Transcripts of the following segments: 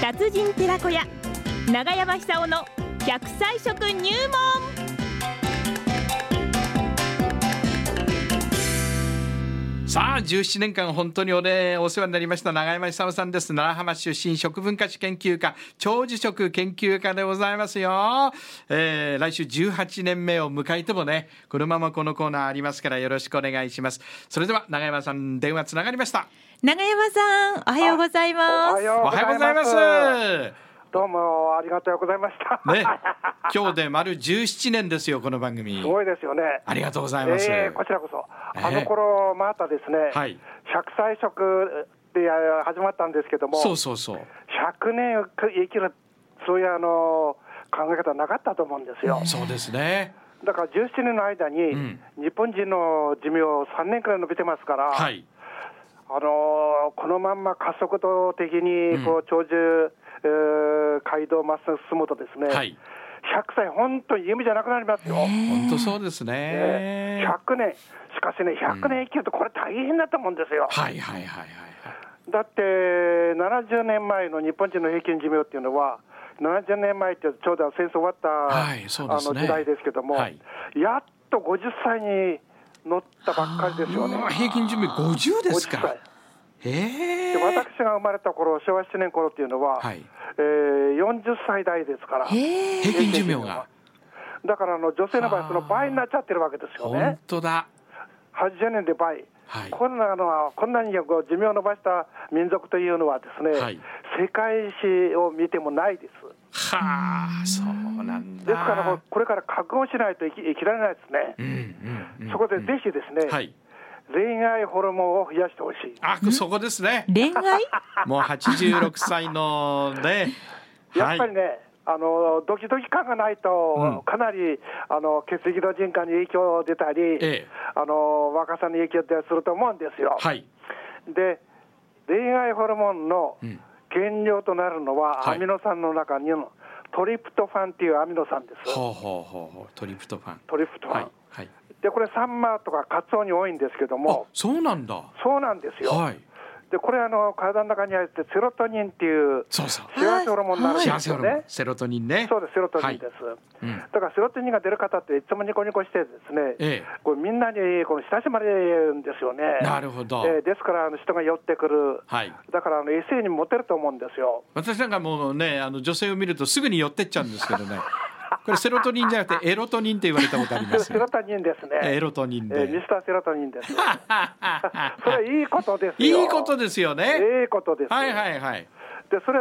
達人寺子屋長山久夫の100歳食入門さあ17年間本当にお,、ね、お世話になりました永山久夫さんです奈良浜出身食文化史研究家長寿食研究家でございますよ、えー、来週18年目を迎えてもねこのままこのコーナーありますからよろしくお願いしますそれでは永山さん電話つながりました長山さんおはようございますおはようございますどうもありがとうございました。ね、今日で丸17年ですよこの番組。 すごいですよね。ありがとうございます。えー、こちらこそ、あの頃またですね、はい、100歳食で始まったんですけども、そうそうそう。 100年生きるそういうあの考え方なかったと思うんですよ。そうですね。だから17年の間に、うん、日本人の寿命3年くらい伸びてますから。はい。あのこのまんま加速度的にこう長寿、うんえー、街道まっすぐ進むとですね、はい、100歳、本当に夢じゃなくなりますよ。本当そうですね、えー、100年、しかしね、100年生きると、これ、大変だと思うんですよ。はいはいはいはい、だって、70年前の日本人の平均寿命っていうのは、70年前ってちょうど戦争終わった、はいね、あの時代ですけども、はい、やっと50歳に乗ったばっかりですよね。平均寿命50ですか。歳えー、私が生まれた頃昭和7年頃っていうのは、はい、えー、40歳代ですから、えー、平均寿命がだからあの女性の場合その倍になっちゃってるわけですよね本当だ80年で倍、はい、こんなのはこんなにこう寿命を伸ばした民族というのはですね、はい、世界史を見てもないですはあそうなんだですからこれから覚悟しないと生き生きられないですね、うんうんうんうん、そこでぜひですね、はい恋愛ホルモンを増やしてほしい。あ、そこですね。恋 愛。もう八十六歳の ね。やっぱりね。はい、あのドキドキ感がないと、かなり、うん、あの血液の循環に影響を出たり、ええ、あの若さに影響をすると思うんですよ。はい、で恋愛ホルモンの原料となるのは、うん、アミノ酸の中にの、はい、トリプトファンっていうアミノ酸です。ほうほうほうほうトリプトファン。トリプトファン。はいでこれサンマとかカツオに多いんですけどもそうなんだそうなんですよ、はい、でこれあの体の中にあってセロトニンっていうそうそう幸せホルモンになるんですよね、はいはい、セロトニンねそうですセロトニンです、うん、だからセロトニンが出る方っていつもニコニコしてですね、ええ、これみんなにこの親しまれるんですよねなるほど、えー、ですからあの人が寄ってくる、はい、だからあの SA にモテると思うんですよ私なんかもうねあの女性を見るとすぐに寄ってっちゃうんですけどね これセロトニンじゃなくてエロトニンって言われたことあります。セロトニンですね。エロトニンで。えー、ミスターセロトニン です。それいいことですいいことですよね。いいことです。はいはいはい。でそれ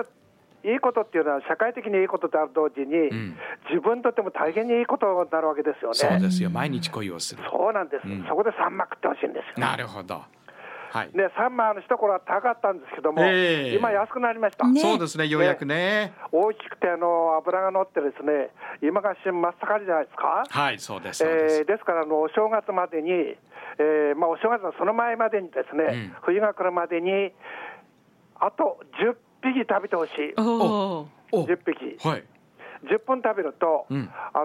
いいことっていうのは社会的にいいことである同時に、うん、自分にとっても大変にいいことになるわけですよね。そうですよ。毎日恋をする。そうなんです。うん、そこで三幕ってほしいんですよ、ね、なるほど。はい、ね、サンマの一頃は高かったんですけども、えー、今安くなりました、ね、そうですね、ようやくね。ね大きくてあの脂が乗ってですね、今が旬真っ盛りじゃないですか。はい、そうです。ですえー、ですからあのお正月までに、えー、まあお正月のその前までにですね、うん、冬が来るまでにあと10匹食べてほしい。 お10匹。はい。10分食べると、うん、あの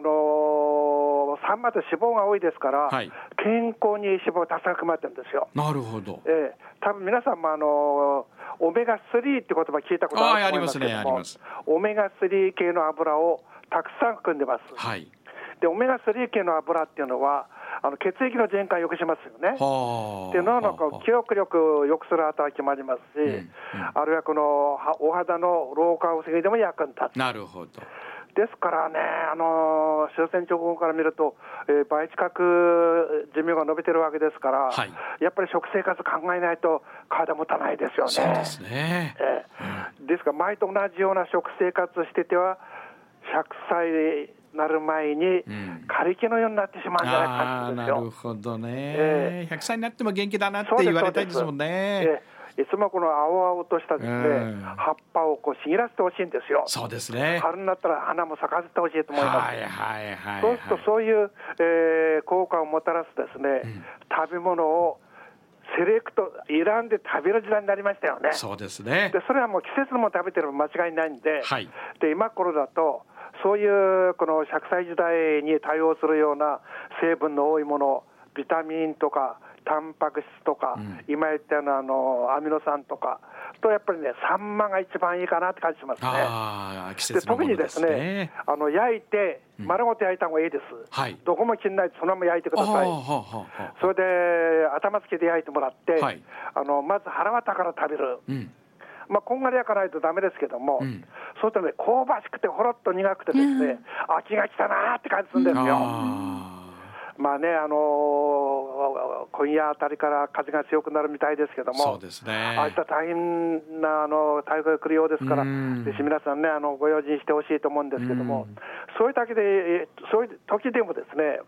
ー、サンマって脂肪が多いですから、はい、健康に脂肪がたくさん含まれてるんですよ。なるほど。ええー、多分皆さんも、あのー、オメガ3って言葉聞いたことあると思いますけども、ね、オメガ3系の油をたくさん含んでます。はい、でオメガ3系の油っていうのはあの血液の循環を良くしますよね。で脳のこう記憶力を良くする働きもありますし、うんうん、あるいはこのお肌の老化を防いでも役に立つ。なるほどですからね、あのー、終戦直後から見ると、えー、倍近く寿命が延びてるわけですから、はい、やっぱり食生活考えないと、体持たないですよね。そうですね、えー、うん、ですから、前と同じような食生活してては、100歳なる前に、枯れ木のようになってしまうんじゃないか、うん、なるほどね、えー、100歳になっても元気だなって言われたいですもんね。いつもこの青々としたですね、葉っぱをこう茂らせてほしいんですよ。そうですね。春になったら花も咲かせてほしいと思います。はいはいはい、はい、そうするとそういう、えー、効果をもたらすですね、うん、食べ物をセレクト選んで食べる時代になりましたよね。そうですね。でそれはもう季節のも食べてる間違いないんで、はい、で今頃だと。そういうこの100歳時代に対応するような成分の多いもの、ビタミンとかタンパク質とか、うん、今言ったようなあのアミノ酸とかとやっぱりねサンマが一番いいかなって感じしますね。あ季節のものですね、ね、特にですねあの焼いて丸ごと焼いた方がいいです、うん、はい、どこも切んないでそのまま焼いてくださいそれで頭付きで焼いてもらって、はい、あのまず腹わたから食べる、うんまあ、こんがり焼かないとだめですけども、うん、そうするとね香ばしくてほろっと苦くてですね、うん、秋が来たなーって感じするんですよ。まあね、あのー、今夜あたりから風が強くなるみたいですけども、そうですね、明日大変なあの台風が来るようですから、ぜひ皆さんね、あのご用心してほしいと思うんですけども、うそういうだけで、そういう時でもですね、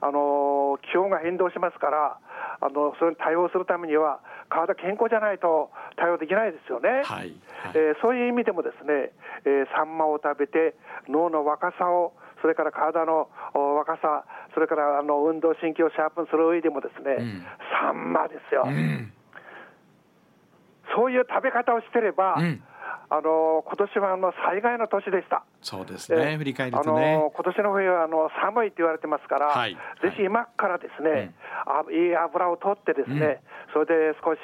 あの気温が変動しますから、あのそれに対応するためには、体健康じゃないと対応できないですよね、はいはい、えー、そういう意味でもですね、えー、サンマを食べて、脳の若さを、それから体の若さ、それからあの運動神経をシャープにする上でもですね、うん、サンマですよ、うん、そういう食べ方をしてれば、うん、あの今年はあの災害の年でした。そうですね、振り返るとね。あの今年の冬はあの寒いって言われてますから、はい、ぜひ今からですね、はい、いい油を取ってですね、うん、それで少し、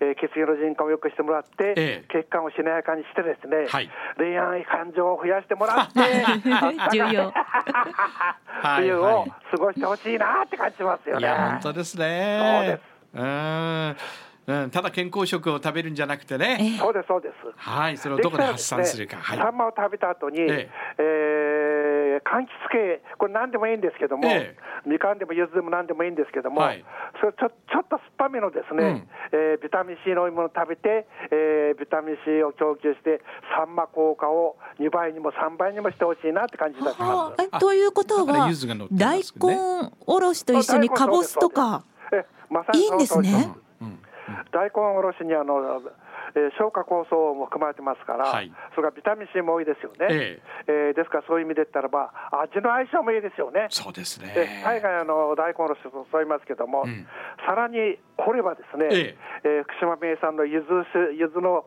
えー、血液の循環を良くしてもらって、ええ、血管をしなやかにしてですね、はい、恋愛感情を増やしてもらって、 重要。冬を過ごしてほしいなって感じますよね。本当ですね。そうです。うん。うん、ただ健康食を食べるんじゃなくてね、そうですそうですはいそれをどこで発散するか、ね、はい、サンマを食べた後に、えええー、柑橘系これ何でもいいんですけども、ええ、みかんでも柚子でも何でもいいんですけども、はい、それちょちょっと酸っぱめのですね、うん、えー、ビタミン C のいものを食べて、えー、ビタミン C を供給してサンマ効果を2倍にも3倍にもしてほしいなって感じだったということは、ね、大根おろしと一緒にかぼすとかえまさにいいんですね。うんうん大根おろしにあの、えー、消化酵素も含まれてますから、はい、それからビタミン C も多いですよね、えええー、ですからそういう意味で言ったらば、味の相性もいいですよね、そうですね、えー、海外の大根おろしと添いますけども、うん、さらにこれはですね、えええー、福島名産のゆずゆずの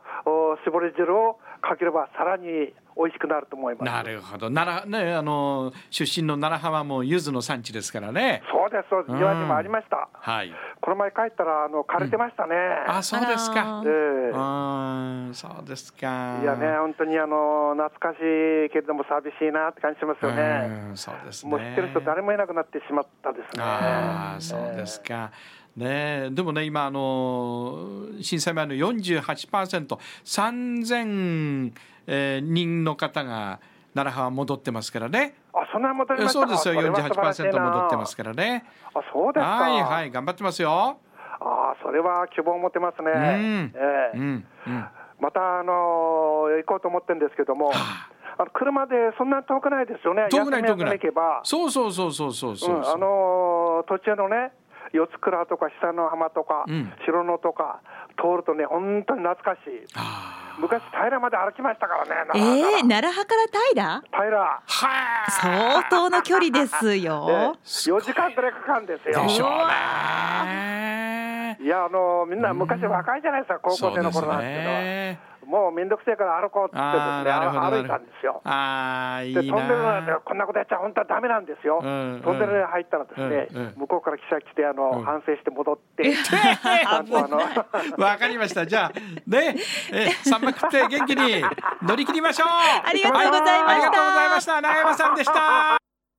絞り汁をかければ、さらに美味しくなると思います。なるほど。奈良ねあの出身の奈良浜も柚子の産地ですからね。そうですそうです。庭にもありました。はい。この前帰ったらあの枯れてましたね。うん、あそうですか。ええー。そうですか。いやね本当にあの懐かしいけれども寂しいなって感じしますよね。うそうですね。もう知ってる人誰もいなくなってしまったですね。ああそうですか。ね、でもね、今、あの震災前の48%、3000、えー、人の方が奈良は戻ってますからね。あ、そんな戻りまそうですよ、48%戻ってますからね。あ、そうですはいはい、頑張ってますよ。あ、それは希望を持てますね。うん、えー、うん、うん、また、あのー、行こうと思ってるんですけども。はああの車でそんな遠くないですよね。遠くない遠くない。そう、そうそうそうそうそう、うんあのー、途中のね、四つ倉とか久の浜とか、うん、白野とか通るとね本当に懐かしい昔平まで歩きましたからねええー、奈良派から平平相当の距離ですよ四時間くらいかかるんですよでしょうねいやあのみんな昔若いじゃないですか、高校生の頃なんですけど、ね、もう面倒くせえから歩こうって言ってですね歩いたんですよああいいなでトンネルなんてこんなことやっちゃ本当はダメなんですよ、うんうん、トンネルに入ったらですね、うんうん、向こうから記者来てあの、うん、反省して戻ってわかりましたじゃあねえ三幕って元気に乗り切りましょう ありがとうございました、はい、ありがとうございました長山さんでした